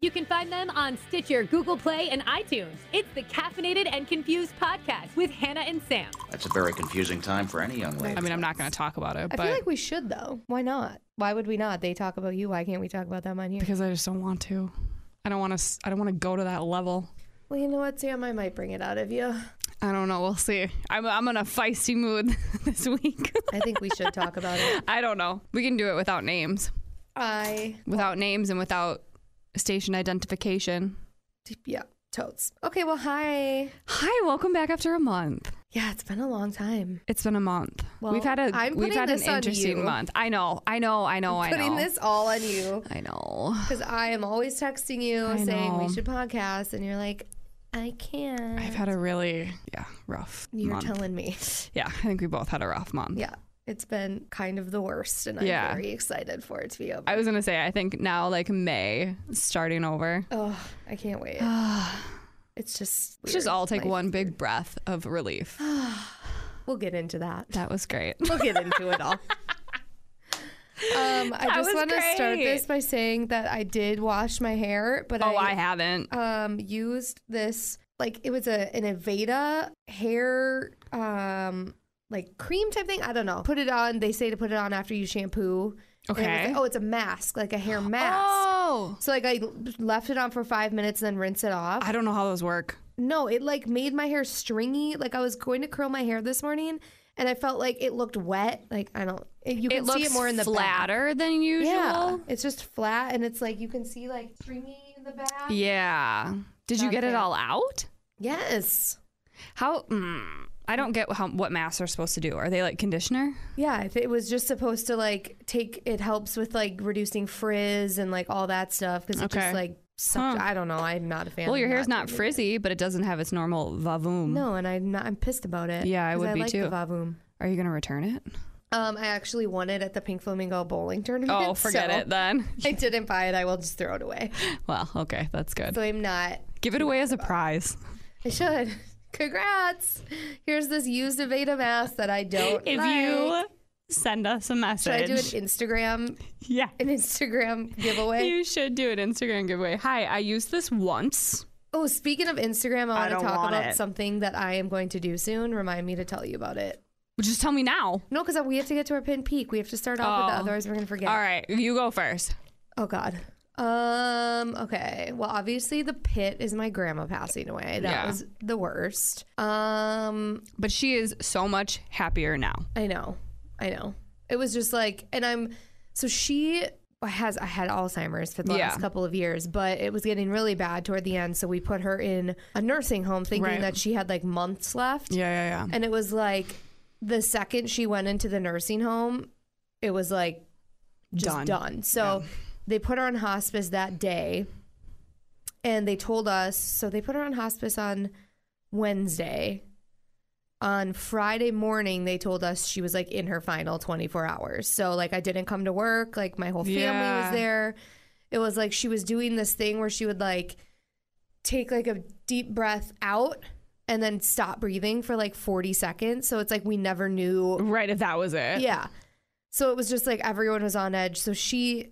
You can find them on Stitcher, Google Play, and iTunes. It's the Caffeinated and Confused podcast with Hannah and Sam. That's a very confusing time for any young lady. I mean, I'm not going to talk about it, I but feel like we should though. Why not? Why would we not? They talk about you. Why can't we talk about them on here? because I just don't want to. I don't want to. I don't want to go to that level. Well, you know what, Sam? I might bring it out of you. I don't know. We'll see. I'm I'm in a feisty mood this week. I think we should talk about it. I don't know. We can do it without names, I without names, and without station identification. yeah, totes. Okay, well, hi. Hi, welcome back after a month. Yeah, it's been a long time. It's been a month. Well, we've had a I'm we've putting had this an on interesting you. month. I know. I know. I know. I know. Putting this all on you I know. because I am always texting you I saying know. we should podcast, and you're like, I can't. I've had a really yeah rough You're month. telling me. yeah, I think we both had a rough month. Yeah, it's been kind of the worst, and I'm Yeah. very excited for it to be over. I was gonna say I think now like May starting over. oh, I can't wait. it's just. Let's just weird. all take My- one big breath of relief. We'll get into that. That was great. We'll get into it all. Um, I That just was want to start great. this by saying that I did wash my hair, but Oh, I haven't. um used this like it was a an Aveda hair um like cream type thing. I don't know. Put it on. They say to put it on after you shampoo. And it was Okay. like, oh, it's a mask, like a hair mask. Oh, So like I left it on for five minutes and then rinse it off. I don't know how those work. No, it like made my hair stringy. Like I was going to curl my hair this morning, and I felt like it looked wet. Like I don't. It, you can it looks see it more in the back. flatter than usual. Yeah, it's just flat, and it's like you can see like stringy in the back. Yeah. Did you Not a get it fan. all out? Yes. How? Mm, I don't get how, what masks are supposed to do. Are they like conditioner? Yeah. If it was just supposed to like take, it helps with like reducing frizz and like all that stuff because it Okay. just like sucked. Huh. I don't know. I'm not a fan. Well, your of hair's not doing it. frizzy, but it doesn't have its normal vavoom. No, and I'm not. I'm pissed about it. Yeah, I 'cause would be like too. The Vavoom. Are you gonna return it? Um, I actually won it at the Pink Flamingo bowling tournament. Oh, forget so- it then. I didn't buy it. I will just throw it away. Well, okay, that's good. So I'm not. Give it away as a prize. I should. Congrats. Here's this used Aveda mask that I don't. If like. you send us a should I message, do an Instagram yeah, an Instagram giveaway? you should do an Instagram giveaway. Hi, I used this once. oh, speaking of Instagram, I, want don't to talk want about it. something that I am going to do soon. Remind me to tell you about it. Well, Just tell me now. No, because we have to get to our pin peak. We have to start off with Oh. that, otherwise we're gonna forget. All right, you go first. Oh God. Um. Okay. Well, obviously the pit is my grandma passing away. That Yeah. was the worst. Um. But she is so much happier now. I know. I know. It was just like, and I'm, so she has, I had Alzheimer's for the Yeah. last couple of years, but it was getting really bad toward the end. So we put her in a nursing home thinking Right. that she had like months left. yeah, And it was like, the second she went into the nursing home, it was like just Done. done. So they put her on hospice that day. And they told us, so they put her on hospice on Wednesday. On Friday morning, they told us she was like in her final 24 hours. So, like, I didn't come to work. Like, my whole family Yeah. was there. It was like she was doing this thing where she would like take like a deep breath out and then stop breathing for like 40 seconds. So, it's like we never knew Right, if that was it. yeah. So it was just like everyone was on edge. So she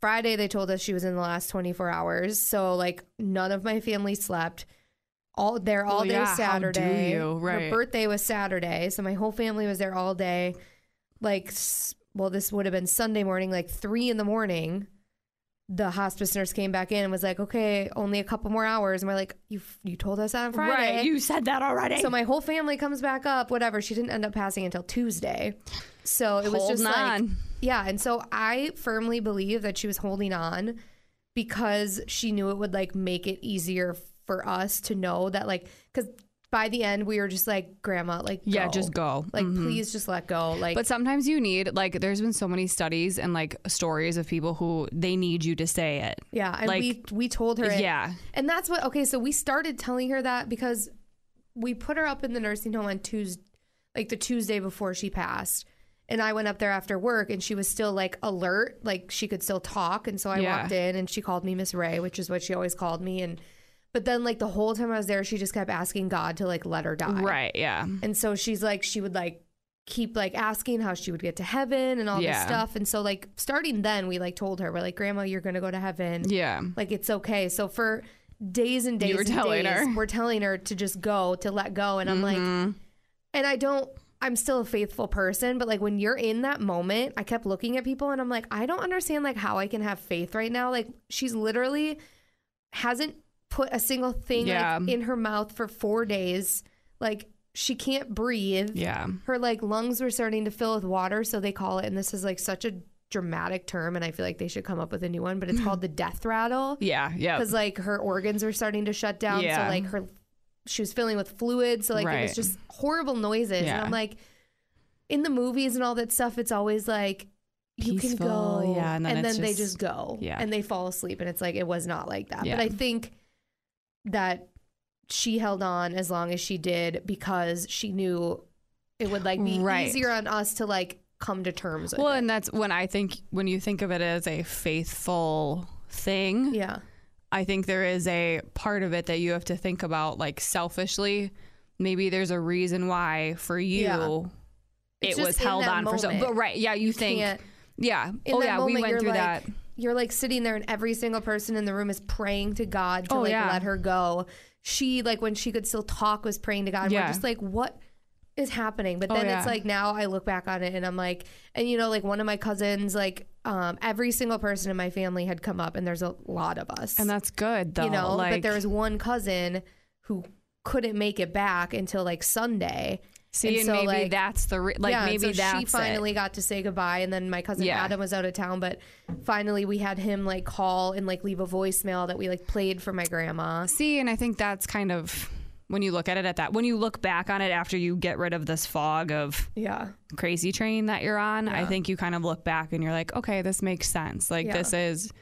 Friday they told us she was in the last 24 hours. So like none of my family slept. All there all Well, day yeah, how do Saturday. you? Her Right. birthday was Saturday, so my whole family was there all day. Like s- well this would have been Sunday morning like 3 in the morning. The hospice nurse came back in and was like, "Okay, only a couple more hours." And we're like, "You you told us that on Friday." Right, you said that already. So my whole family comes back up, whatever. She didn't end up passing until Tuesday. So it was Holding just like on. Yeah, and so I firmly believe that she was holding on because she knew it would like make it easier for us to know that like cuz by the end we were just like grandma like Yeah, just go. Mm-hmm. Like please just let go. Like But sometimes you need like there's been so many studies and like stories of people who they need you to say it. yeah, and like- we we told her it. Yeah. And that's what okay, so we started telling her that because we put her up in the nursing home on Tuesday like the Tuesday before she passed. And I went up there after work and she was still like alert, like she could still talk. And so I Yeah. walked in and she called me Miss Ray, which is what she always called me. And but then like the whole time I was there, she just kept asking God to like let her die. Right, yeah. And so she's like, she would like keep like asking how she would get to heaven and all Yeah. this stuff. And so like starting then we like told her, we're like, Grandma, you're gonna go to heaven. Yeah. Like it's okay. So for days and days were and telling days, her. Mm-hmm. we're telling her to just go, to let go. And I'm like and I don't I'm still a faithful person, but like when you're in that moment, I kept looking at people and I'm like, I don't understand like how I can have faith right now. Like she's literally hasn't put a single thing Yeah. like, in her mouth for four days. Like she can't breathe. Yeah. Her like lungs were starting to fill with water, so they call it, and this is like such a dramatic term, and I feel like they should come up with a new one, but it's called the death rattle. Yeah. Yeah. Because like her organs were starting to shut down. Oh. Yeah. So like her she was filling with fluid. So like it Right. was just horrible noises. Yeah. And I'm like in the movies and all that stuff, it's always like you Peaceful, can go. yeah, and then it's they just- just go. yeah. And they fall asleep. And it's like it was not like that. Yeah. But I think that she held on as long as she did because she knew it would like be Right. easier on us to like come to terms with Well, it. and that's when I think when you think of it as a faithful thing, yeah. I think there is a part of it that you have to think about like selfishly. Maybe there's a reason why for you Yeah. it It's was just in held that on for so moment. but right, yeah, you think can't- yeah. in oh that yeah, moment, we went you're through that. like, You're like sitting there, and every single person in the room is praying to God to Oh, like yeah. let her go. She like when she could still talk was praying to God. Yeah. We're just like, what is happening? But Oh, then yeah. it's like now I look back on it and I'm like, and you know, like one of my cousins, like um, every single person in my family had come up, and there's a lot of us, And that's good though. you know. like but there was one cousin who couldn't make it back until like Sunday. see, and, so, maybe like- that's the re- like yeah, and maybe so that's she it. finally got to say goodbye, and then my cousin Yeah. Adam was out of town, but finally we had him like call and like leave a voicemail that we like played for my grandma. See, and I think that's kind of when you look at it at that when you look back on it after you get rid of this fog of Yeah, crazy train that you're on, I think you kind of look back and you're like, okay, this makes sense. Like Yeah. this is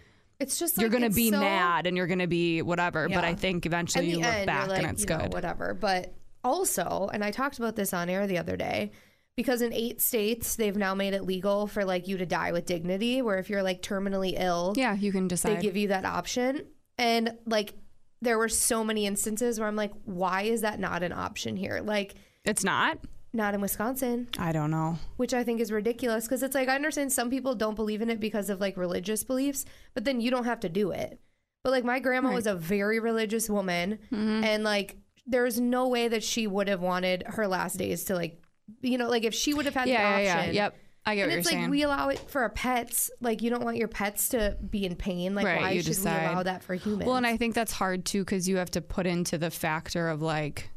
it's just you're like, gonna it's be so- mad and you're gonna be whatever. But Yeah. I think eventually In you the look end, back you're like, and it's you know, good. whatever. But also, and I talked about this on air the other day. Because in eight states, they've now made it legal for like you to die with dignity, where if you're like terminally ill, yeah, you can they decide. give you that option. And like, there were so many instances where I'm like, why is that not an option here? Like, it's not. not in Wisconsin. I don't know. which I think is ridiculous because it's like I understand some people don't believe in it because of like religious beliefs, but then you don't have to do it. But like my grandma was a very religious woman, Mm-hmm. and like there's no way that she would have wanted her last days to like, you know, like if she would have had Yeah, yeah, the yeah. option. Yep. I get And what it's you're like saying. we allow it for our pets. Like you don't want your pets to be in pain. Like Right, why you should we allow decide. that for humans? Well, and I think that's hard too because you have to put into the factor of like.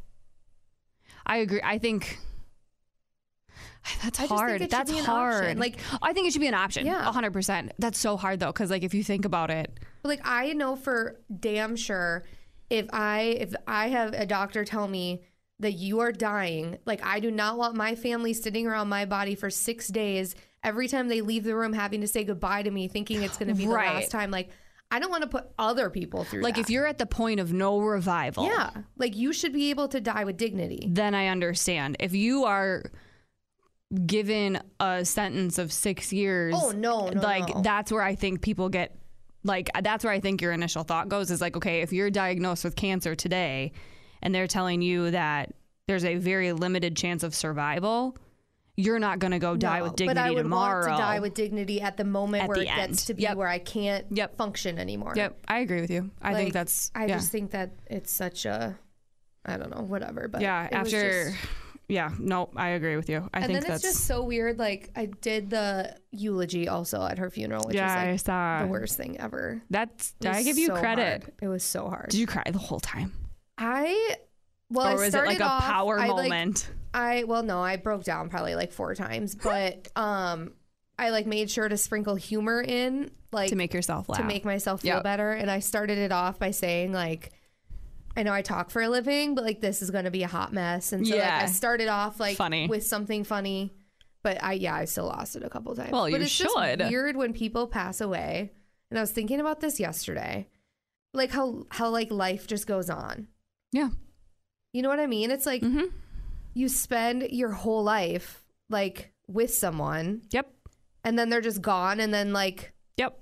I agree. I think that's I just think hard. it should that's be an hard. option. Like, I think it should be an option. Yeah. hundred percent. That's so hard though, because like if you think about it, But, like I know for damn sure if I if I have a doctor tell me that you are dying, like I do not want my family sitting around my body for 6 days every time they leave the room having to say goodbye to me thinking it's going to be Right. the last time like I don't want to put other people through like that. if you're at the point of no revival, Yeah, like you should be able to die with dignity. then I understand. If you are given a sentence of six years, Oh, no, no, like no. that's where I think people get like that's where I think your initial thought goes is like, okay, if you're diagnosed with cancer today and they're telling you that there's a very limited chance of survival, you're not gonna go die No, with dignity but I would tomorrow. want to die with dignity at the moment At where the it end. gets to be Yep. where I can't Yep. function anymore. yep, I agree with you. I think Like, that's I yeah. just think that it's such a I don't know, whatever, but yeah, it was after just- yeah, no, I agree with you. I and think then that's it's just so weird. Like I did the eulogy also at her funeral, which yeah, I was like saw the worst thing ever. that's It was I give you so credit. hard. It was so hard. Did you cry the whole time? I well, or I was it started like a off- power I, like, moment? I well, no, I broke down probably like four times, but um, I like made sure to sprinkle humor in, like to make yourself laugh. to make myself feel Yep. better. And I started it off by saying like, I know I talk for a living, but like this is going to be a hot mess. And so Yeah. like, I started off like Funny. with something funny, but I yeah I still lost it a couple times. Well, but you it's just should. weird when people pass away. And I was thinking about this yesterday, like how how like life just goes on. yeah. You know what I mean? It's like Mm-hmm. you spend your whole life like with someone, Yep. and then they're just gone, and then like Yep.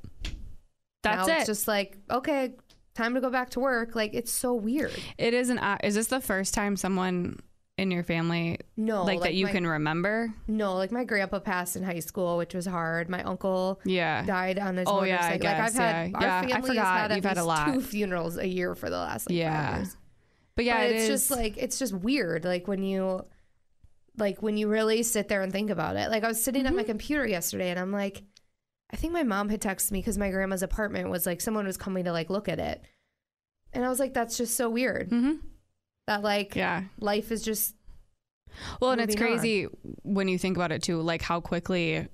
That's now it. It's just like, okay, time to go back to work. Like, it's so weird. uh, it is an. o- Is this the first time someone in your family? No, like, that you Oh, my- can remember? No, like my grandpa passed in high school, which was hard. My uncle Yeah. died on his Oh, motorcycle. yeah, I like I've guess, had yeah. our Yeah, I family forgot. has had at You've had a least lot. two funerals a year for the last like Yeah. five years. But yeah, but it it's is- just like it's just weird. Like when you like when you really sit there and think about it. Like I was sitting Mm-hmm. at my computer yesterday and I'm like, I think my mom had texted me because my grandma's apartment was like someone was coming to like look at it. And I was like, that's just so weird. Mhm. That like yeah. life is just Well, and it's moving on. crazy when you think about it too, like how quickly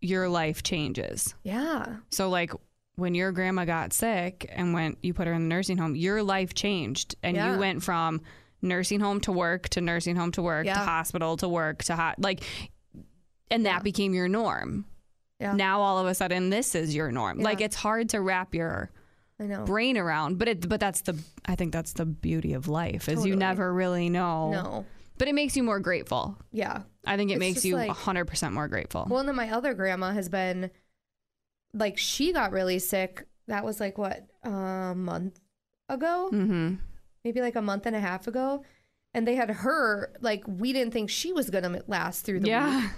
your life changes. yeah. So like when your grandma got sick and went you put her in the nursing home, your life changed and Yeah. you went from nursing home to work to nursing home to work to Yeah. hospital to work to hot like and that became your norm. Yeah. Now all of a sudden this is your norm. Like Yeah. it's hard to wrap your I know. brain around, but it but that's the I think that's the beauty of life is Totally. you never really know. No. But it makes you more grateful. Yeah. I think it It's makes just you like- 100% more grateful. Well, and then my other grandma has been like she got really sick. That was like what a month ago, mm-hmm. maybe like a month and a half ago, and they had her like we didn't think she was gonna last through the week. Yeah.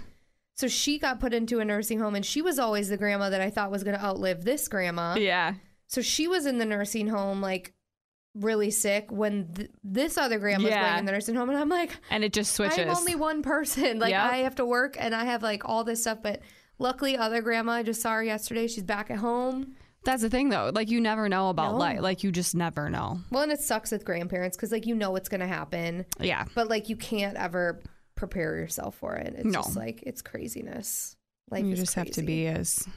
So she got put into a nursing home, and she was always the grandma that I thought was gonna outlive this grandma. Yeah. So she was in the nursing home like really sick when th- this other grandma was Yeah. playing in the nursing home, and I'm like, And it just switches. I'm only one person. Like Yep. I have to work and I have like all this stuff. But luckily, other grandma, I just saw her yesterday. She's back at home. That's the thing, though. Like you never know about No. life. Like you just never know. Well, and it sucks with grandparents because like you know what's gonna happen, Yeah. but like you can't ever prepare yourself for it. It's No. just like it's craziness. Life you is just have to crazy. be as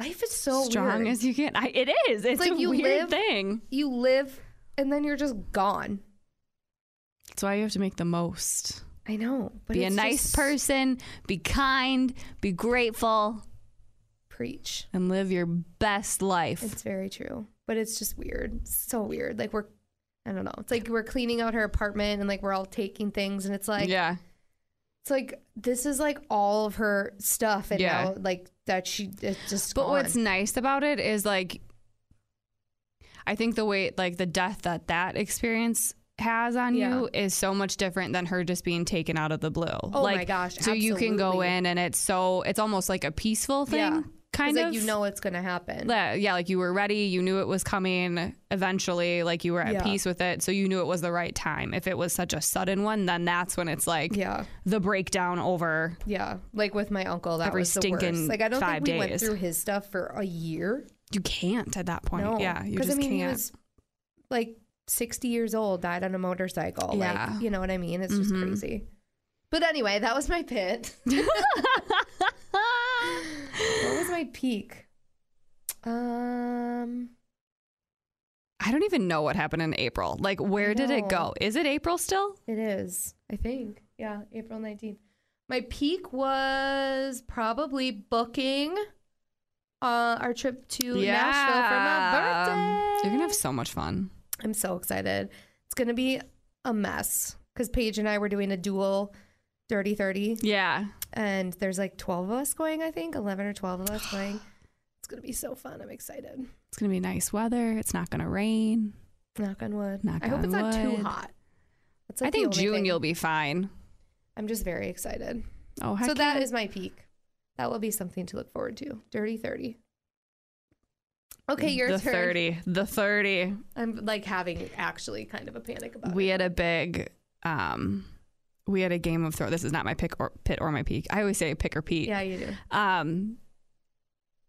Life is so strong weird. as you can. I, it is. It's like a you weird live- thing. you live, and then you're just gone. That's why you have to make the most. I know. But be a it's nice just- person. Be kind. Be grateful. Preach. And live your best life. It's very true. But it's just weird. It's so weird. Like we're I don't know. It's like we're cleaning out her apartment and like we're all taking things and it's like yeah. it's like this is like all of her stuff and Yeah. now like that she it's just But gone. what's nice about it is like, I think the way like the death that that experience has on you is so much different than her just being taken out of the blue. Oh my like, gosh, So you can go absolutely. in and it's so it's almost like a peaceful thing, Yeah. 'Cause, kind like of. you know it's gonna happen. Yeah, yeah, like you were ready, you knew it was coming eventually, like you were at Yeah. peace with it, so you knew it was the right time. If it was such a sudden one, then that's when it's like yeah. the breakdown over. Yeah. Like with my uncle, that Every was the stinking worst. Like I don't five think we went days. through his stuff for a year. You can't at that point. No. Yeah, you 'Cause, just I mean, can't. He was like 60 years old, died on a motorcycle. Yeah. Mm-hmm. Like, you know what I mean? It's just crazy. But anyway, that was my pit. Ah! what was my peak? Um, I don't even know what happened in April. Like, where did it go? know. Is it April still? it is, I think. Yeah, April 19th. My peak was probably booking uh, our trip to Nashville for my birthday. You're gonna have so much fun. I'm so excited. It's going to be a mess because Paige and I were doing a dual Dirty 30, Yeah, and there's like 12 of us going, I think, 11 or 12 of us going. It's going to be so fun. I'm excited. it's gonna be nice weather. It's not gonna rain. Knock on wood. Knock I hope on it's not too wood. hot. That's I think June you'll you'll be fine. I'm just very excited. Oh, heck so yeah. that is my peak. That will be something to look forward to. Dirty 30. Okay, your the turn. thirty. The thirty. I'm like having actually kind of a panic about We it. had a big, um, we had a Game of Thrones. This is not my pick or pit or my peak. I always say pick or peak. Yeah, you do. Um,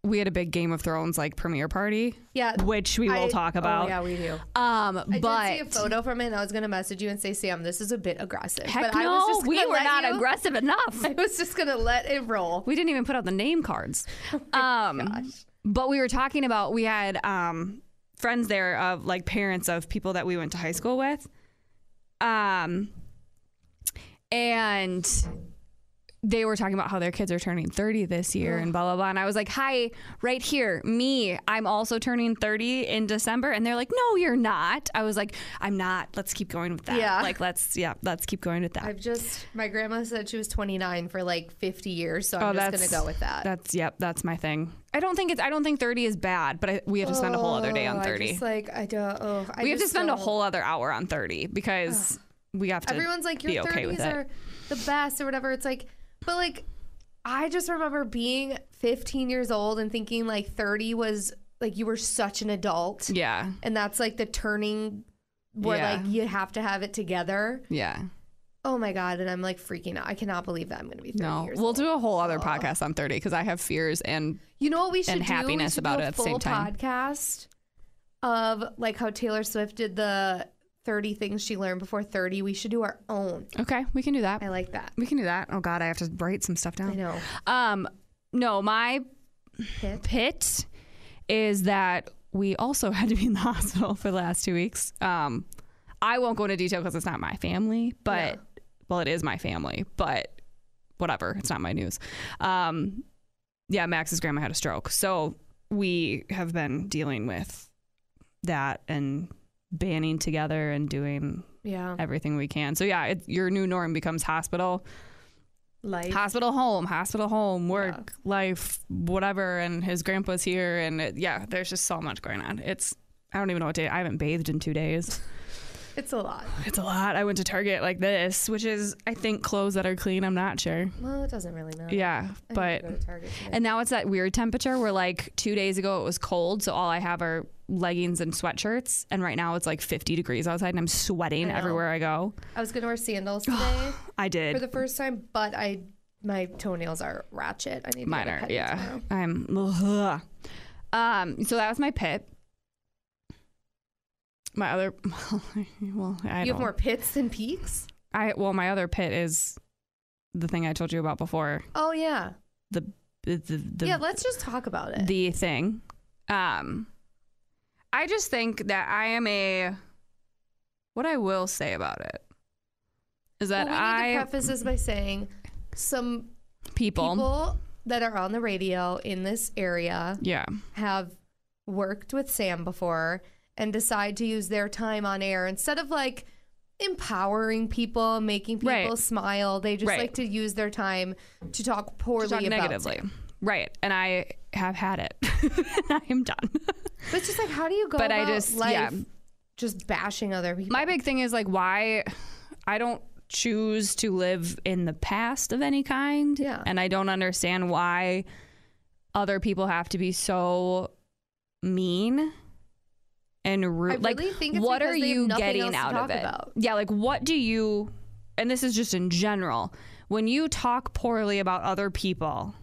we had a big Game of Thrones like premiere party, Yeah. which we will I- talk oh, about. yeah, we do. Um, I but did see a photo from it, and I was going to message you and say, Sam, this is a bit aggressive. Heck but no, I was just we gonna were let not you- aggressive enough. I was just going to let it roll. We didn't even put out the name cards. um, but we were talking about we had um, friends there of like parents of people that we went to high school with, um, and they were talking about how their kids are turning 30 this year and blah blah blah. And I was like, "Hi, right here, me. I'm also turning 30 in December." And they're like, "No, you're not." I was like, "I'm not. Let's keep going with that. Yeah. Like, let's yeah, let's keep going with that." I've just, my grandma said she was 29 for like 50 years, so I'm just going to go with that. Oh, That's yep, that's my thing. I don't think it's I don't think 30 is bad, but I, we have to spend a whole other day Oh, on I 30. just, like I don't. Oh, I we have to just spend a don't- whole other hour on 30 because we have to Everyone's like, be your okay with 30s it. are the best or whatever. It's like, but like, I just remember being 15 years old and thinking like 30 was like you were such an adult. yeah. And that's like the turning where Yeah. like you have to have it together. Yeah. Oh my God. And I'm like freaking out. I cannot believe that I'm going to be 30 No. years We'll old. do a whole other podcast on 30 because I have fears and You know what we should and do? We happiness should about do a it at the same full time. Podcast of like how Taylor Swift did the 30 things she learned before 30. We should do our own. okay, we can do that. I like that. We can do that. Oh God, I have to write some stuff down. I know. Um, no, my Pit? pit is that we also had to be in the hospital for the last two weeks. Um, I won't go into detail because it's not my family, but well, it is my family, but whatever, it's not my news. Um, yeah, Max's grandma had a stroke, so we have been dealing with that and banning together and doing Yeah. everything we can. So yeah, it, your new norm becomes hospital Life. hospital home hospital home work life whatever and his grandpa's here and it, yeah there's just so much going on it's i don't even know what day i haven't bathed in two days It's a lot. it's a lot i went to target like this which is i think clothes that are clean i'm not sure Well, it doesn't really matter. yeah I need to but go to Target today. and now it's that weird temperature where like two days ago it was cold so all i have are leggings and sweatshirts and right now it's like 50 degrees outside and i'm sweating I know. everywhere i go I was going to wear sandals today i for did the first time, but I my toenails are ratchet. I need to get a minor pedi yeah tomorrow. i'm ugh. um so that was my pit my other well i You don't have more pits than peaks? i well my other pit is the thing i told you about before Oh yeah. the the the, the, yeah, let's just talk about it. the thing um i just think that i am a what i will say about it is that Well, we need i to preface this by saying some people that are on the radio in this area yeah have worked with Sam before and decide to use their time on air instead of like empowering people, making people Right. smile. They just Right. like to use their time to talk poorly talk about negatively Sam. right and i have had it i am done But it's just like how do you go But I about just- life yeah. just bashing other people? my big thing is like why I don't choose to live in the past of any kind. Yeah. And I don't understand why other people have to be so mean and rude. really like think it's what are because they have you nothing else getting to out talk of it? about. Yeah, like what do you and this is just in general, when you talk poorly about other people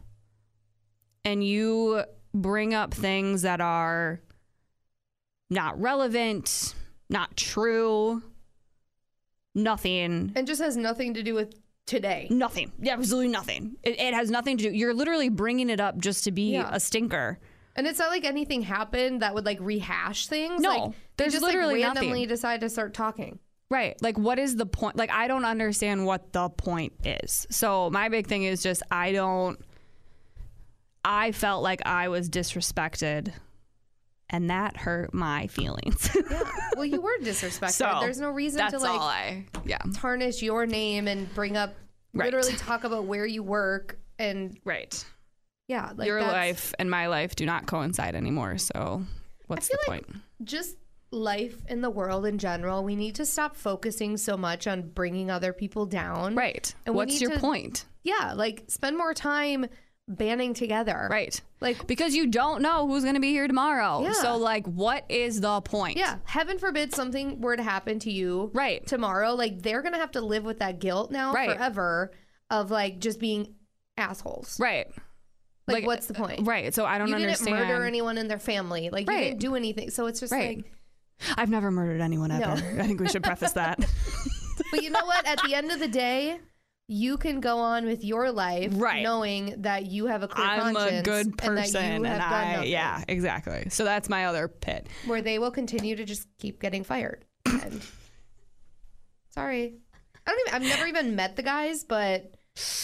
and you bring up things that are not relevant, not true, nothing. and just has nothing to do with today. Nothing. Absolutely nothing. It, it has nothing to do. You're literally bringing it up just to be Yeah. a stinker. And it's not like anything happened that would like rehash things. No, like, they there's just literally like randomly nothing. decide to start talking. Right. Like, what is the point? Like, I don't understand what the point is. So, my big thing is just I don't, I felt like I was disrespected and that hurt my feelings. Well, you were disrespectful. so, There's no reason that's to like all I, yeah. tarnish your name and bring up Right. literally talk about where you work and Right. yeah, like Your that's life and my life do not coincide anymore. So, what's the feel like- point? just life in the world in general. We need to stop focusing so much on bringing other people down. Right. And we what's need your to- point? Yeah, like spend more time banding together. Right. Like Because you don't know who's going to be here tomorrow. Yeah. So, like, what is the point? yeah, heaven forbid something were to happen to you Right. tomorrow. Like they're gonna have to live with that guilt now Right. forever of like just being assholes. Right. Like, Like, what's the point? Right. So, I don't You didn't understand. murder anyone in their family. Like you Right. didn't do anything. So it's just Right. like I've never murdered anyone ever. No. I think we should preface that. But you know what? At the end of the day, you can go on with your life, Right. knowing that you have a clear I'm conscience a good person, and and, that you have done I nothing, yeah, exactly. So that's my other pit. where they will continue to just keep getting fired. And- sorry, I don't even. I've never even met the guys, but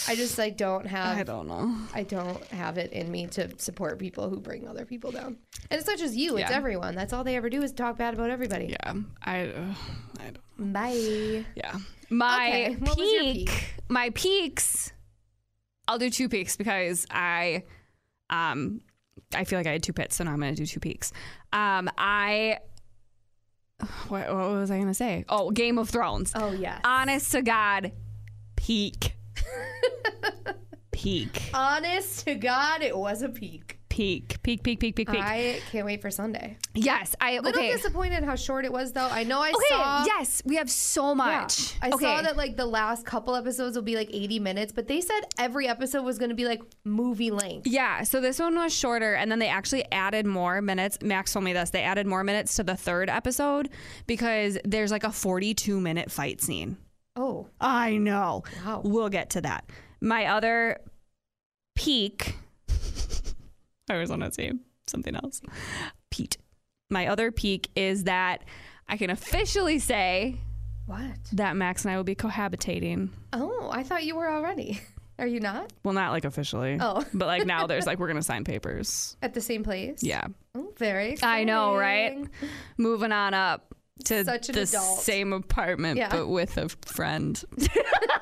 I just like don't have. I don't know. I don't have it in me to support people who bring other people down. And it's not just you; it's Yeah. everyone. That's all they ever do is talk bad about everybody. Yeah, I, uh, I don't. Bye. Yeah, my Okay, peak, what was your my peaks. I'll do two peaks because I, um, I feel like I had two pits, so now I'm gonna do two peaks. Um, I what, what was I gonna say? Oh, Game of Thrones. Oh, yes. Honest to God, peak. peak. Honest to God, it was a peak. Peak. Peak. Peak. Peak. Peak. Peak. I can't wait for Sunday. yes. I A little okay. disappointed how short it was, though. I know I Okay. saw. yes. We have so Yeah. much. I okay. saw that like the last couple episodes will be like 80 minutes, but they said every episode was going to be like movie length. Yeah, so this one was shorter, and then they actually added more minutes. Max told me this. They added more minutes to the third episode because there's like a 42 minute fight scene. Oh, I know. Wow. We'll get to that. My other peak. I was on to say something else. Pete. My other peak is that I can officially say what? that Max and I will be cohabitating. Oh, I thought you were already. Are you not Well, not like officially. Oh. But like now there's like, we're going to sign papers. at the same place? Yeah. Oh, very. I know, exciting. right? Moving on up to Such an the adult. same apartment, Yeah. but with a friend.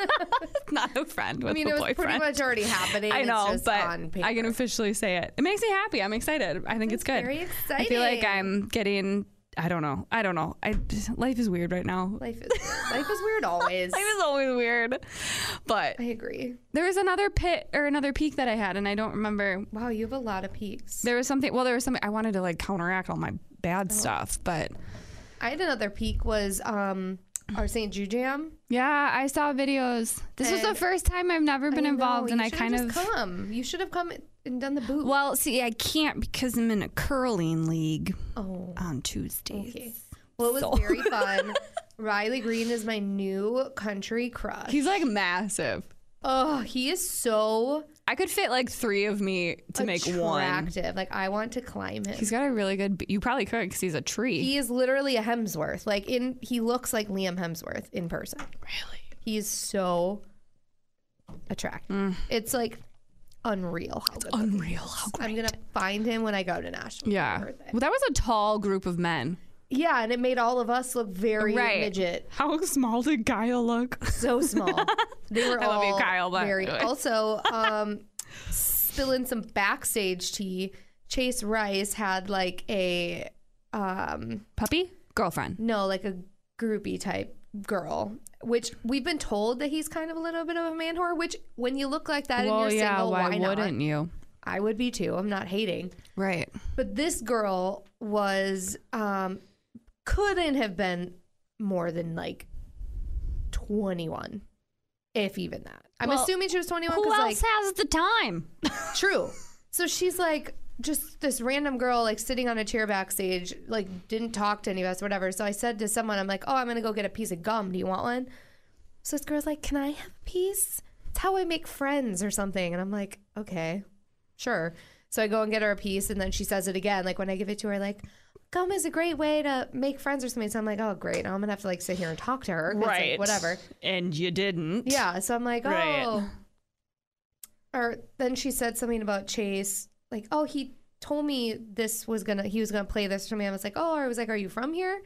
Not a friend, with I mean, a it was boyfriend. pretty much already happening. I It's know, just but on paper. I can officially say it. It makes me happy. I'm excited. I think it's good. very I feel like exciting. I'm getting. I don't know. I don't know. I life is weird right now. Life Life is life is weird always. I, is always weird. But agree. there was another pit or another peak that I had, and I don't remember. Wow, you have a lot of peaks. There was something. Well, there was something. I wanted to like counteract all my bad Oh. stuff, but I had another peak was um our St. Jude Jam. Yeah, I saw videos. This was the And- first time I've never been I know, involved, and Oh, you I should've kind of. just come. You should have come and done the boot. Well, see, I can't because I'm in a curling league oh, on Tuesdays. okay. Well, it was So- very fun. Riley Green is my new country crush. He's like massive. Oh, he is so I could fit like three of me to make one. attractive. Like I want to climb him. He's got a really good. b- You probably could because he's a tree. he is literally a Hemsworth. Like in he looks like Liam Hemsworth in person. really? He is so attractive. Mm. It's like unreal how good. Unreal. How great. I'm gonna find him when I go to Nashville. yeah. For my birthday. Well, that was a tall group of men. Yeah, and it made all of us look very Right. midget, How small did Kyle look? so small. They were I all love you, Kyle, but very. anyway. Also, um, spilling some backstage tea. Chase Rice had like a um, Puppy? Girlfriend. no, like a groupie type girl. Which we've been told that he's kind of a little bit of a man whore. Which, when you look like that Well, and you're yeah. single, why, why, not? wouldn't you? I would be too. I'm not hating. Right. But this girl was um couldn't have been more than like 21 if even that. I'm Well, assuming she was 21 Who cuz like else has the time? true. So she's like just this random girl like sitting on a chair backstage like didn't talk to any of us whatever. So I said to someone I'm like, "Oh, I'm going to go get a piece of gum. Do you want one?" So this girl's like, "Can I have a piece?" It's how I make friends or something. And I'm like, "Okay." sure. So I go and get her a piece, and then she says it again. Like when I give it to her, like gum is a great way to make friends or something. So I'm like, oh great, now I'm gonna have to like sit here and talk to her. 'cause, like, whatever. And you didn't. Yeah. So I'm like, oh. Right. Or then she said something about Chase, like, oh, he told me this was gonna, he was gonna play this for me. I was like, oh, I was like, are you from here?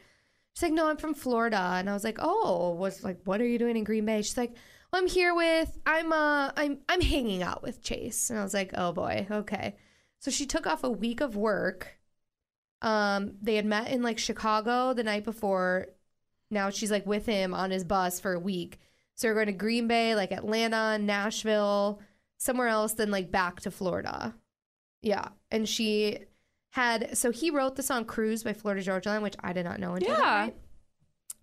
She's like, no, I'm from Florida, and I was like, oh, what's like, what are you doing in Green Bay? She's like, well, I'm here with, I'm, uh, I'm, I'm hanging out with Chase, and I was like, oh boy, okay. So she took off a week of work. Um, they had met in like Chicago the night before now she's like with him on his bus for a week. So we're going to Green Bay, like Atlanta, Nashville, somewhere else, then like back to Florida. Yeah. And she had so he wrote the song Cruise by Florida Georgia Line, which I did not know until that Yeah. night.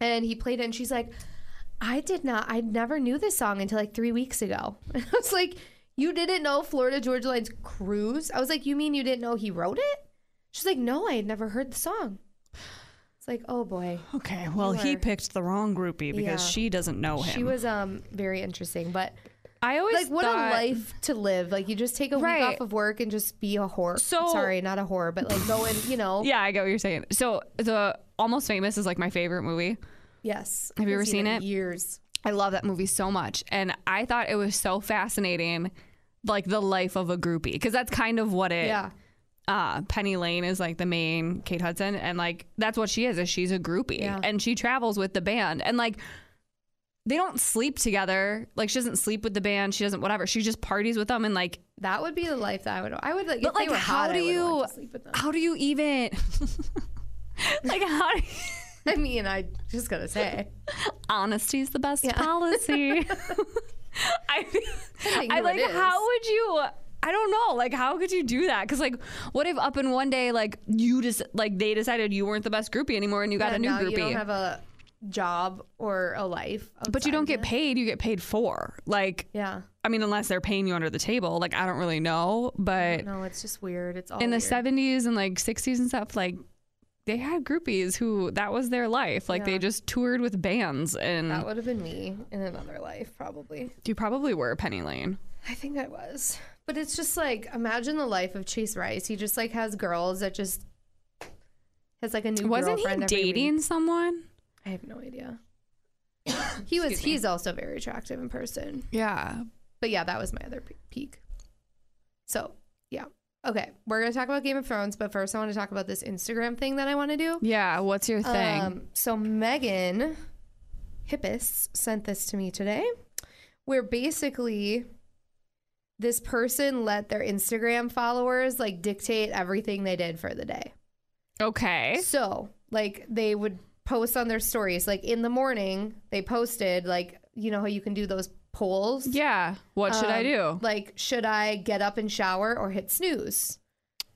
And he played it and she's like, I did not I never knew this song until like three weeks ago. And I was like, You didn't know Florida Georgia Line's cruise? I was like, You mean you didn't know he wrote it? She's like, No, I had never heard the song. It's like, oh boy. Okay. Well, he Sure. picked the wrong groupie because Yeah. she doesn't know him. She was um very interesting, but I always like what thought- a life to live. Like you just take a Right. week off of work and just be a whore. So- sorry, not a whore, but like go and you know. Yeah, I get what you're saying. So the Almost Famous is like my favorite movie. Yes. Have you I've ever seen in it? Years. I love that movie so much, and I thought it was so fascinating, like the life of a groupie, because that's kind of what it. Yeah. Uh, Penny Lane is like the main Kate Hudson, and like that's what she is. Is she's a groupie, Yeah. and she travels with the band, and like they don't sleep together. Like she doesn't sleep with the band. She doesn't whatever. She just parties with them, and like That would be the life that I would. I would like. if but they like were how hot, I do would you want to sleep with them. how do you even like how do you, I mean, I just gotta say, Honesty's the best policy. I, think I who it like. is. How would you? I don't know. Like, how could you do that? Because, like, what if up in one day, like, you just like they decided you weren't the best groupie anymore and you got that a new now groupie? you don't have a job or a life, but you don't outside get of it. paid. You get paid for. Like, Yeah, I mean, unless they're paying you under the table. Like, I don't really know. But no, it's just weird. It's all in the weird. seventies and like sixties and stuff, like they had groupies who that was their life. Like they just toured with bands, and That would have been me in another life, probably. you probably were Penny Lane. I think I was. But it's just like imagine the life of Chase Rice. He just like has girls that just has like a new Wasn't he girlfriend every week. dating someone? I have no idea. he was. He's also very attractive in person. Yeah, But yeah, that was my other pe- peak. So yeah, okay. We're gonna talk about Game of Thrones, but first I want to talk about this Instagram thing that I want to do. yeah. What's your thing? Um, so Megan Hippis sent this to me today, where basically this person let their Instagram followers like dictate everything they did for the day. okay. So like they would post on their stories, like in the morning they posted like you know how you can do those polls. Yeah. What should I Um, do? Like, should I get up and shower or hit snooze?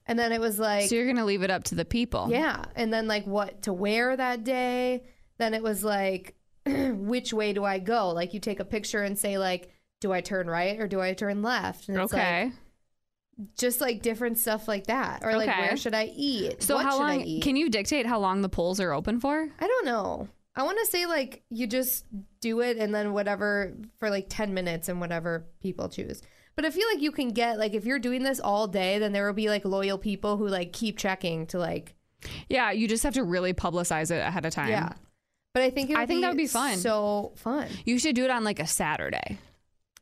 And then it was like, so you're gonna leave it up to the people. yeah. And then like what to wear that day. Then it was like, which way do I go? Like you take a picture and say like, do I turn right or do I turn left? And it's Okay. like just like different stuff like that. Or like Okay. where should I eat? so what how should I long eat? can you dictate how long the polls are open for? I don't know. I want to say like you just do it and then whatever for like 10 minutes and whatever people choose. But I feel like you can get like if you're doing this all day, then there will be like loyal people who like keep checking to like Yeah, you just have to really publicize it ahead of time. yeah. But I think it I think that would be fun. So fun. You should do it on like a Saturday.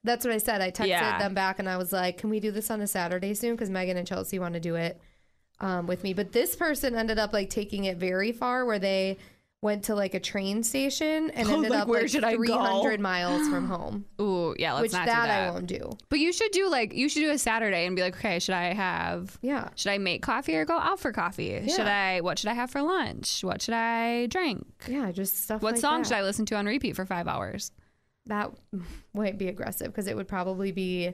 That's what I said. I texted Yeah. them back and I was like, "Can we do this on a Saturday soon?" Because Megan and Chelsea want to do it um, with me. But this person ended up like taking it very far, where they went to like a train station and ended Oh, like, up where like should I go? 300 miles from home, Ooh, yeah. Let's which not that, do that. I won't do. But you should do like you should do a Saturday and be like, okay, should I have? Yeah. Should I make coffee or go out for coffee? Should I? What should I have for lunch? What should I drink? Yeah, just stuff. What like song that. should I listen to on repeat for five hours? That wouldn't be aggressive because it would probably be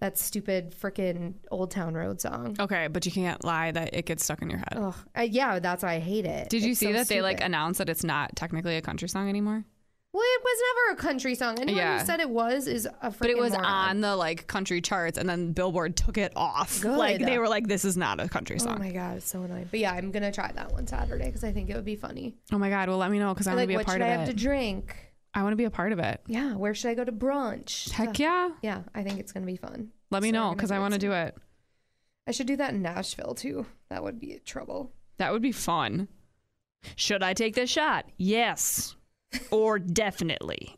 that stupid freaking Old Town Road song. Okay, but you can't lie that it gets stuck in your head. Ugh. I, yeah, that's why I hate it. Did you It's see so that they like stupid. announced that it's not technically a country song anymore? Well, it was never a country song. Anyone Yeah. who said it was is a freaking But it was moron. on the like country charts, and then Billboard took it off. Good. Like they were like, "This is not a country Oh song." my god, it's so annoying. But yeah, I'm gonna try that one Saturday because I think it would be funny. Oh my god! Well, let me know because I want to like, be a what part should of I have it. to drink? I want to be a part of it. Yeah, where should I go to brunch? Heck Stuff. yeah! Yeah, I think it's gonna be fun. Let me So we're know gonna because I do it want to soon. do it. I should do that in Nashville too. That would be trouble. That would be fun. Should I take this shot? Yes. Or definitely.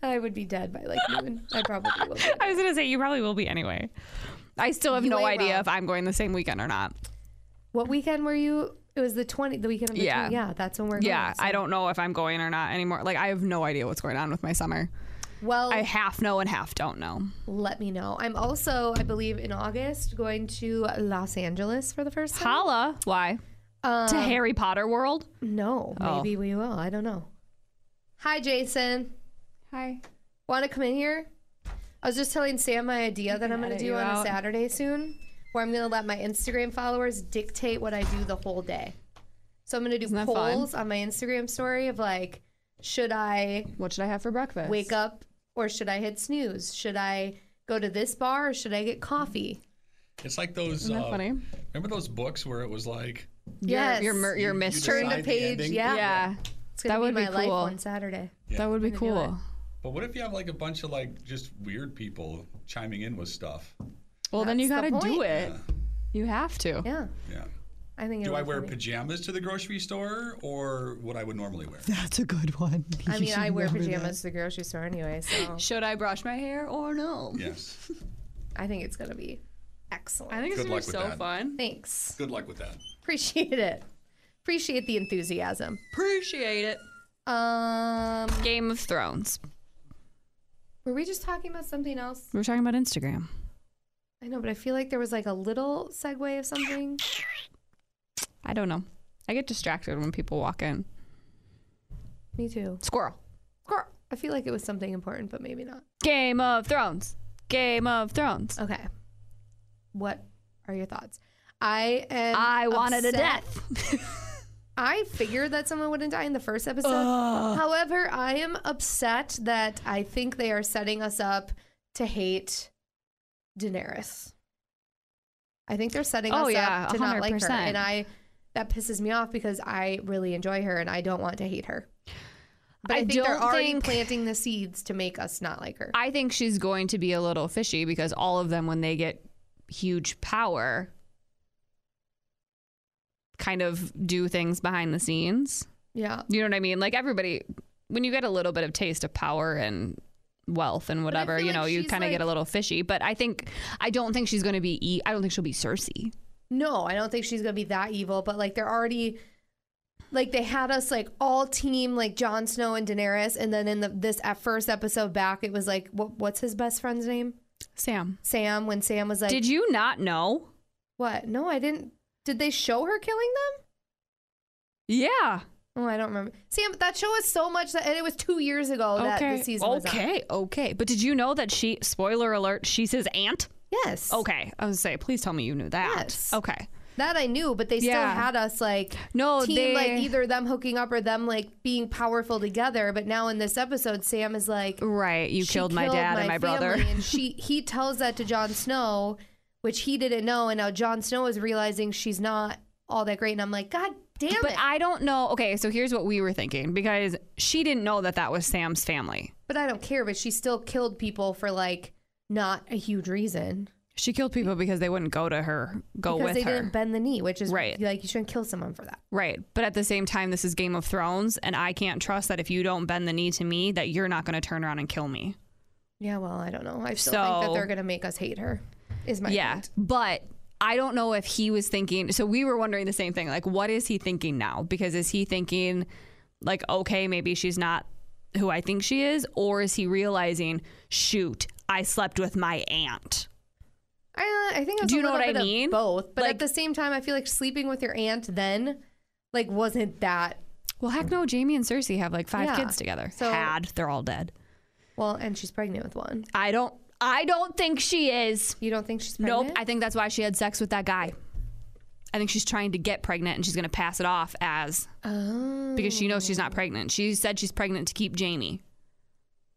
I would be dead by like noon. I probably will. Be. I was going to say, you probably will be anyway. I still have You no ain't idea wrong. if I'm going the same weekend or not. What weekend were you? It was the 20, the weekend of the Yeah. 20 Yeah, that's when we're going. Yeah, so- I don't know if I'm going or not anymore. Like, I have no idea what's going on with my summer. Well, I half know and half don't know. let me know. I'm also, I believe, in August going to Los Angeles for the first time. Holla. Why? to Um, Harry Potter World? No, Oh. maybe we will. I don't know. Hi, Jason. Hi. Want to come in here? I was just telling Sam my idea that I'm going to edit do you on out. a Saturday soon, where I'm going to let my Instagram followers dictate what I do the whole day. So I'm going to do Isn't that fun? polls on my Instagram story of like, should I What should I have for breakfast? wake up or should I hit snooze? Should I go to this bar or should I get coffee? It's like those. Isn't that uh, funny? Remember those books where it was like Yes. Your, your, your You- you mystery. Turn to Decide the page. ending? Yeah. yeah. It's going That to be would be my life cool. on Saturday. That would be cool. But what if you have like a bunch of like just weird people chiming in with stuff? Well, then you got That's to the do point. it. You have to. Yeah. Yeah. I think Do it'll I be wear funny. pajamas to the grocery store or what I would normally wear? That's a good one. I mean, I wear pajamas to the grocery store anyway, so Should I brush my hair or no? Yes. I think it's gonna be excellent. I think it's Good gonna be luck with so that. fun. Thanks. Good luck with that. Appreciate it. Appreciate the enthusiasm. Appreciate it. Um, Game of Thrones. were we just talking about something else? We were talking about Instagram. I know, but I feel like there was like a little segue of something. I don't know. I get distracted when people walk in. Me too. Squirrel. Squirrel. I feel like it was something important, but maybe not. Game of Thrones. Game of Thrones. Okay. What are your thoughts? I am. I wanted a upset. death. I figured that someone wouldn't die in the first episode. However, I am upset that I think they are setting us up to hate Daenerys. I think they're setting Oh, us yeah, up to not like her, 100%. and I that pisses me off because I really enjoy her and I don't want to hate her. But I, I think they're don't already think- planting the seeds to make us not like her. I think she's going to be a little fishy because all of them, when they get huge power, kind of do things behind the scenes. yeah, You know what I mean? Like everybody, when you get a little bit of taste of power and wealth and I whatever, feel you like know, you she's kind of get like- a little fishy. But I think, I don't think she's going to be, e- I don't think she'll be Cersei. No, I don't think she's gonna be that evil, but like they're already like they had us like all team like Jon Snow and Daenerys, and then in the this at first episode back, it was like what, what's his best friend's name? Sam. Sam. When Sam was like, Did you not know? what? No, I didn't. Did they show her killing Yeah. them? Oh, I don't remember. Sam, that show is so much that, and it was two years ago Oh, that the season was on. okay. Okay. But did you know that she, spoiler alert, she's his aunt? Yes. Okay. I was gonna say, please tell me you knew that. Yes. Okay. That I knew, but they still Yeah. had us like No, team they- like either them hooking up or them like being powerful together. But now in this episode, Sam is like Right. You she killed my dad and my brother. family, and she he tells that to Jon Snow, which he didn't know, and now Jon Snow is realizing she's not all that great. And I'm like, God damn But it! I don't know. Okay, so here's what we were thinking because she didn't know that that was Sam's family. but I don't care. But she still killed people for like not a huge reason She killed people because they wouldn't go to her, go because they with her. didn't bend the knee, which is Right. Like you shouldn't kill someone for that. Right. But at the same time, this is Game of Thrones, and I can't trust that if you don't bend the knee to me, that you're not going to turn around and kill me. Yeah, well, I don't know. I still think that So- they're gonna make us hate her. Is my yeah. point. But I don't know if he was thinking. So we were wondering the same thing. Like, what is he thinking now? Because is he thinking, like, okay, maybe she's not who I think she is? Or is he realizing, shoot, I slept with my aunt? I, uh, I think it's Do you a know little what I bit of mean? both, but at Like- the same time, I feel like sleeping with your aunt then, like, wasn't that Well, heck no. Jamie and Cersei have like five Yeah. kids together. So- Had. They're all dead. well? And she's pregnant with one. I don't. I don't think she is. You don't think she's pregnant? Nope. I think that's why she had sex with that guy. I think she's trying to get pregnant and she's going to pass it off as oh. because she knows she's not pregnant. She said she's pregnant to keep Jamie.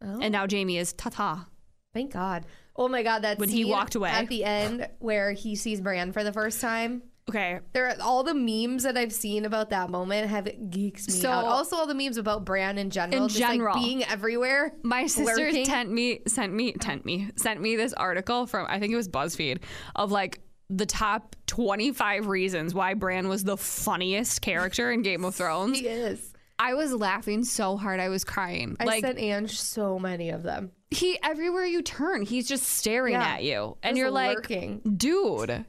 Oh. And now Jamie is ta ta. Thank God. Oh my God, that When he scene walked away. at the end where he sees Bran for the first time. Okay. There, are, all the memes that I've seen about that moment have geeks me So- out. Also, all the memes about Bran in general, In just general. like being everywhere. My sister lurking. sent me sent me sent me sent me this article from I think it was BuzzFeed of like the top 25 reasons why Bran was the funniest character in Game of Thrones. He is. I was laughing so hard I was crying. I like sent Ange so many of them. he everywhere you turn, he's just staring Yeah. at you and Just you're like, lurking. "Dude,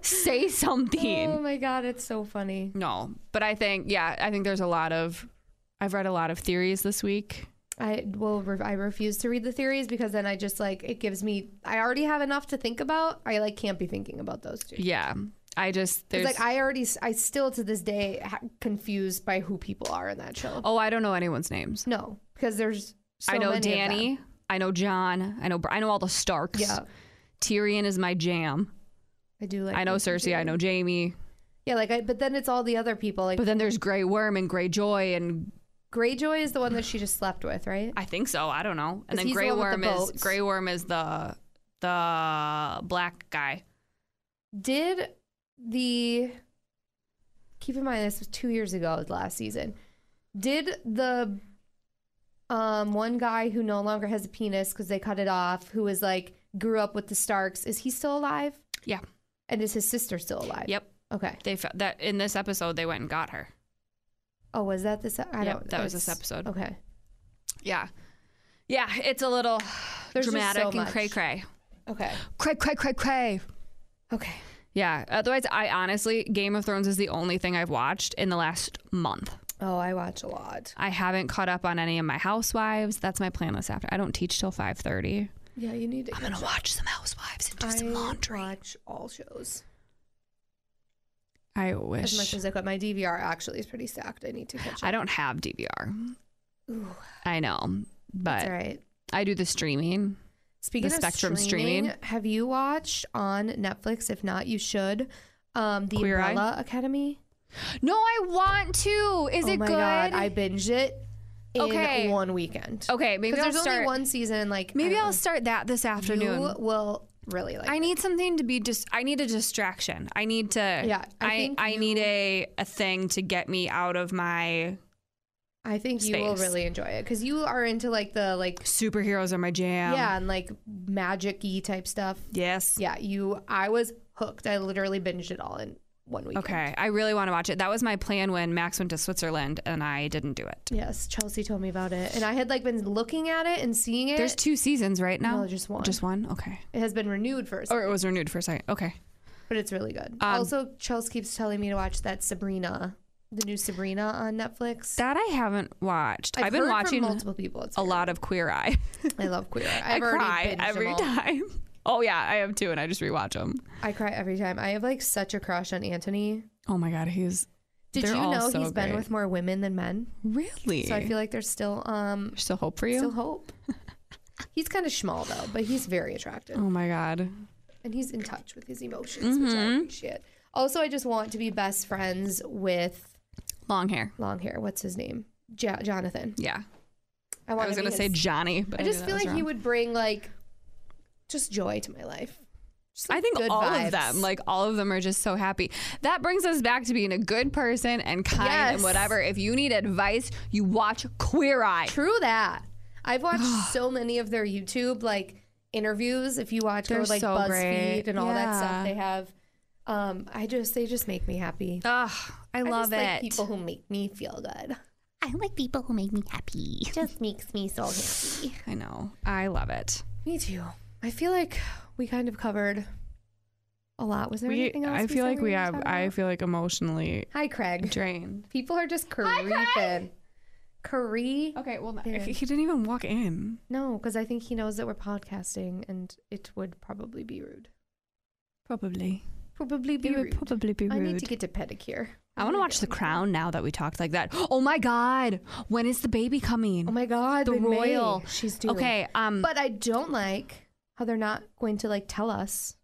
say something." Oh my God, it's so funny. No, but I think yeah, I think there's a lot of I've read a lot of theories this week. I will. Re- I refuse to read the theories because then I just like it gives me. I already have enough to think about. I like can't be thinking about those two. Yeah. I just there's It's like I already, I still to this day ha- confused by who people are in that show. Oh, I don't know anyone's names. No, because there's so I know many of Danny. them. I know John. I know Br- I know all the Starks. Yeah, Tyrion is my jam. I do like. I know those two Cersei. I too. know Jamie. Yeah, like I, but then it's all the other people. Like But then there's Grey Worm and Grey Joy, and Greyjoy is the one that she just slept with, right? I think so. I don't know. And 'Cause then he's the Grey one with the Worm is boats. Grey Worm is the the black guy. Did the keep in mind this was two years ago last season. Did the um one guy who no longer has a penis because they cut it off, who was like grew up with the Starks, is he still alive? Yeah. And is his sister still alive? Yep. Okay. They fo- that in this episode they went and got her. Oh, was that this? I Yep, don't. that was it's- this episode. Okay. Yeah. Yeah, it's a little There's just dramatic so and much. cray cray. Okay. Cray cray cray cray. Okay. Yeah. Otherwise, I honestly, Game of Thrones is the only thing I've watched in the last month. Oh, I watch a lot. I haven't caught up on any of my Housewives. That's my plan this after. I don't teach till five thirty. Yeah, you need to. I'm gonna watch some Housewives and do I some laundry. watch all shows. I as much wish. as I could. My DVR actually is pretty stacked. I need to catch up. I don't have DVR. I know, That's but all right. I do the streaming. Speaking the of Spectrum streaming, streaming. have you watched on Netflix? If not, you should. Um, the Queer Eye? Umbrella Academy. No, I want to. Is oh it my good? god, I binged it in Okay. one weekend. Okay, maybe 'Cause I'll there's start. only one season. Like Maybe I don't I'll start that this afternoon. know. You will really like. I need something to be just. I need a distraction. I need to. Yeah, I I think I, you- need a a thing to get me out of my I think you will space. really enjoy it because you are into like the like superheroes are my jam. yeah and like magic-y type stuff. Yes. Yeah, you. I was hooked. I literally binged it all in one weekend. Okay. I really want to watch it. That was my plan when Max went to Switzerland, and I didn't do it. Yes, Chelsea told me about it, and I had like been looking at it and seeing it. There's two seasons right now. No, just one. Just one. Okay. it has been renewed for, Or a Um, second, it was renewed for a second. Okay. but it's really good. also, Chelsea keeps telling me to watch that Sabrina, the new Sabrina on Netflix. That I haven't watched. I've, been heard from watching multiple people. It's a great. lot of Queer Eye. I love Queer. Eye. I I've already cry binged them every all. time. Oh yeah, I have too, and I just rewatch them. I cry every time. I have like such a crush on Anthony. Oh my god, he's Did They're you all know so he's been great. with more women than men? really. So I feel like there's still um still hope for you. still hope. he's kind of small though, but he's very attractive. oh my god. and he's in touch with his emotions, which Mm-hmm. I appreciate. Also, I just want to be best friends with Long hair. long hair. What's his name? Ja Jonathan. Yeah. want I was to gonna be say his- Johnny, but I knew just that feel was like he wrong. would bring like just joy to my life. Just, I like, think good all vibes. of them, like all of them, are just so happy. That brings us back to being a good person and kind Yes. and whatever. If you need advice, you watch Queer Eye. True that. I've watched so many of their YouTube like interviews. If you watch or They're like so BuzzFeed great. and all that Yeah. stuff, they have. Um, I just they just make me happy. Ugh, I I love just it. Like people who make me feel good. I like people who make me happy. Just makes me so happy. I know. I love it. Me too. I feel like we kind of covered a lot. Was there anything else? I feel said like were we gonna have. talk I about? feel like emotionally Hi, Craig. drained. People are just creeping. Cree? Okay, well, Yeah. he didn't even walk in. No, because I think he knows that we're podcasting, and it would probably be rude. Probably. Probably be It would rude. probably be I need rude. to get a pedicure. Oh I want to watch The Crown now that we talked like that. Oh my God! When is the baby coming? Oh my god, the in May. royal. She's due. Okay. Um. but I don't like how they're not going to like tell us.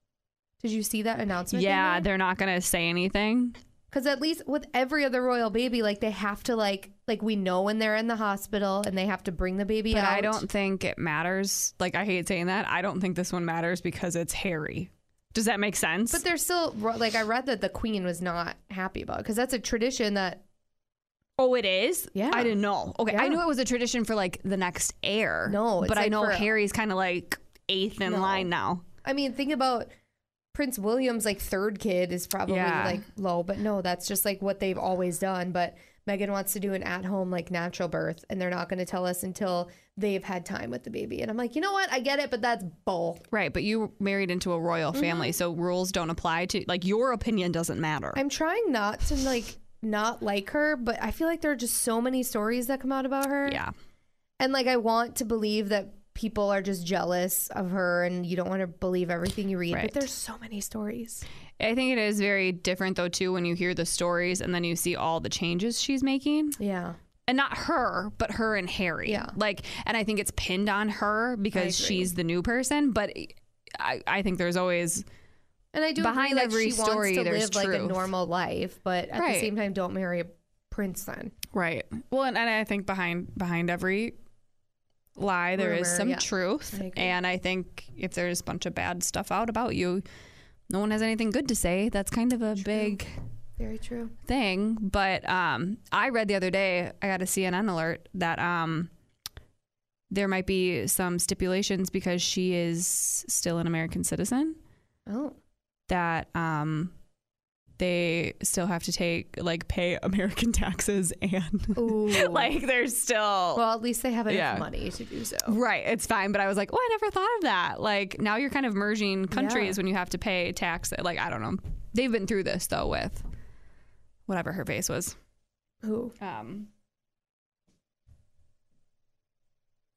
Did you see that announcement? they yeah, made? they're not gonna say anything. Because at least with every other royal baby, like they have to like like we know when they're in the hospital and they have to bring the baby But out. I don't think it matters. Like I hate saying that. I don't think this one matters because it's Harry. Does that make sense? But they're still ro- like I read that the queen was not happy about because that's a tradition that oh, it is. Yeah. I didn't know. Okay, I Yeah. knew it was a tradition for like the next heir. No, it's but I like know for- Harry's kind of like eighth in No. line now. I mean think about Prince William's like third kid is probably Yeah. like low, but no, that's just like what they've always done. But Megan wants to do an at home like natural birth, and they're not going to tell us until they've had time with the baby. And I'm like, you know what? I get it, but that's bull. Right, but you married into a Mm-hmm. royal family, so rules don't apply to like your opinion doesn't matter. I'm trying not to like not like her, but I feel like there are just so many stories that come out about her. yeah. And like I want to believe that people are just jealous of her and you don't want to believe everything you read. Right. But there's so many stories. I think it is very different though too when you hear the stories and then you see all the changes she's making. Yeah. And not her, but her and Harry. Yeah. Like and I think it's pinned on her because agree. she's the new person, but I, I think there's always And I do Behind agree, like, every she wants story, to there's live like a truth. normal life, but at Right. the same time don't marry a prince then. Right. Well and, and I think behind behind every lie there is Rumor, some yeah. truth. I agree. and I think if there's a bunch of bad stuff out about you, no one has anything good to say. That's kind of a big Very true. thing. But um, I read the other day, I got a CNN alert that um, there might be some stipulations because she is still an American citizen Oh. that um, they still have to take like pay American taxes and Ooh. like there's still. well, at least they have enough Yeah. money to do so. Right, it's fine, but I was like, "Oh, I never thought of that." Like now, you're kind of merging countries when you have to pay tax. Like I don't know, they've been through this though with whatever her face was. Who? Um,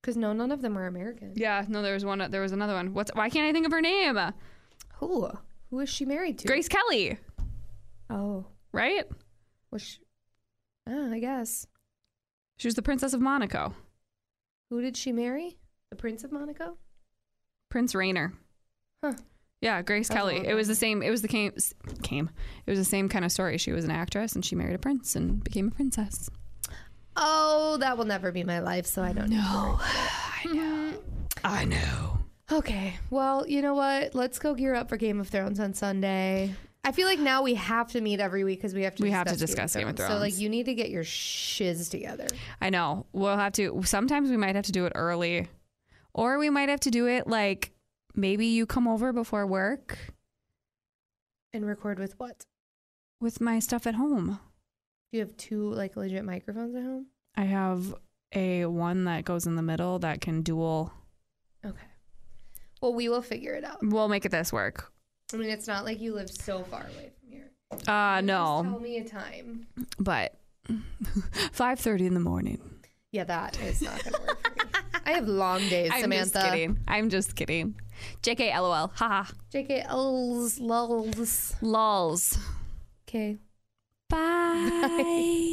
Because no, none of them are American. Yeah, no, there was one. There was another one. What's? Why can't I think of her name? Who? Who is she married to? Grace Kelly. Oh. right? Which, oh, I guess. She was the Princess of Monaco, Who did she marry? The Prince of Monaco? Prince Rainer. Huh. Yeah, Grace That's Kelly. awesome. It was the same. It was the came came. It was the same kind of story. She was an actress and she married a prince and became a princess. Oh, that will never be my life, so I don't know. I know. I know. Okay. Well, you know what? Let's go gear up for Game of Thrones on Sunday. I feel like now we have to meet every week because we have to We discuss have to discuss Game of So like Thrones. you need to get your shiz together. I know. We'll have to. Sometimes we might have to do it early, or we might have to do it like maybe you come over before work And record with what? with my stuff at home. Do you have two like legit microphones at home? I have a one that goes in the middle that can dual. Okay. Well, we will figure it out. We'll make it this work. I mean, it's not like you live so far away from here. Uh, Just tell no, me a time. but five thirty in the morning. Yeah, that is not gonna work. For me. I have long days, I'm Samantha. just kidding. I'm just kidding. JK LOL. Haha. Jk lulz lulz. Lols. Okay. Bye.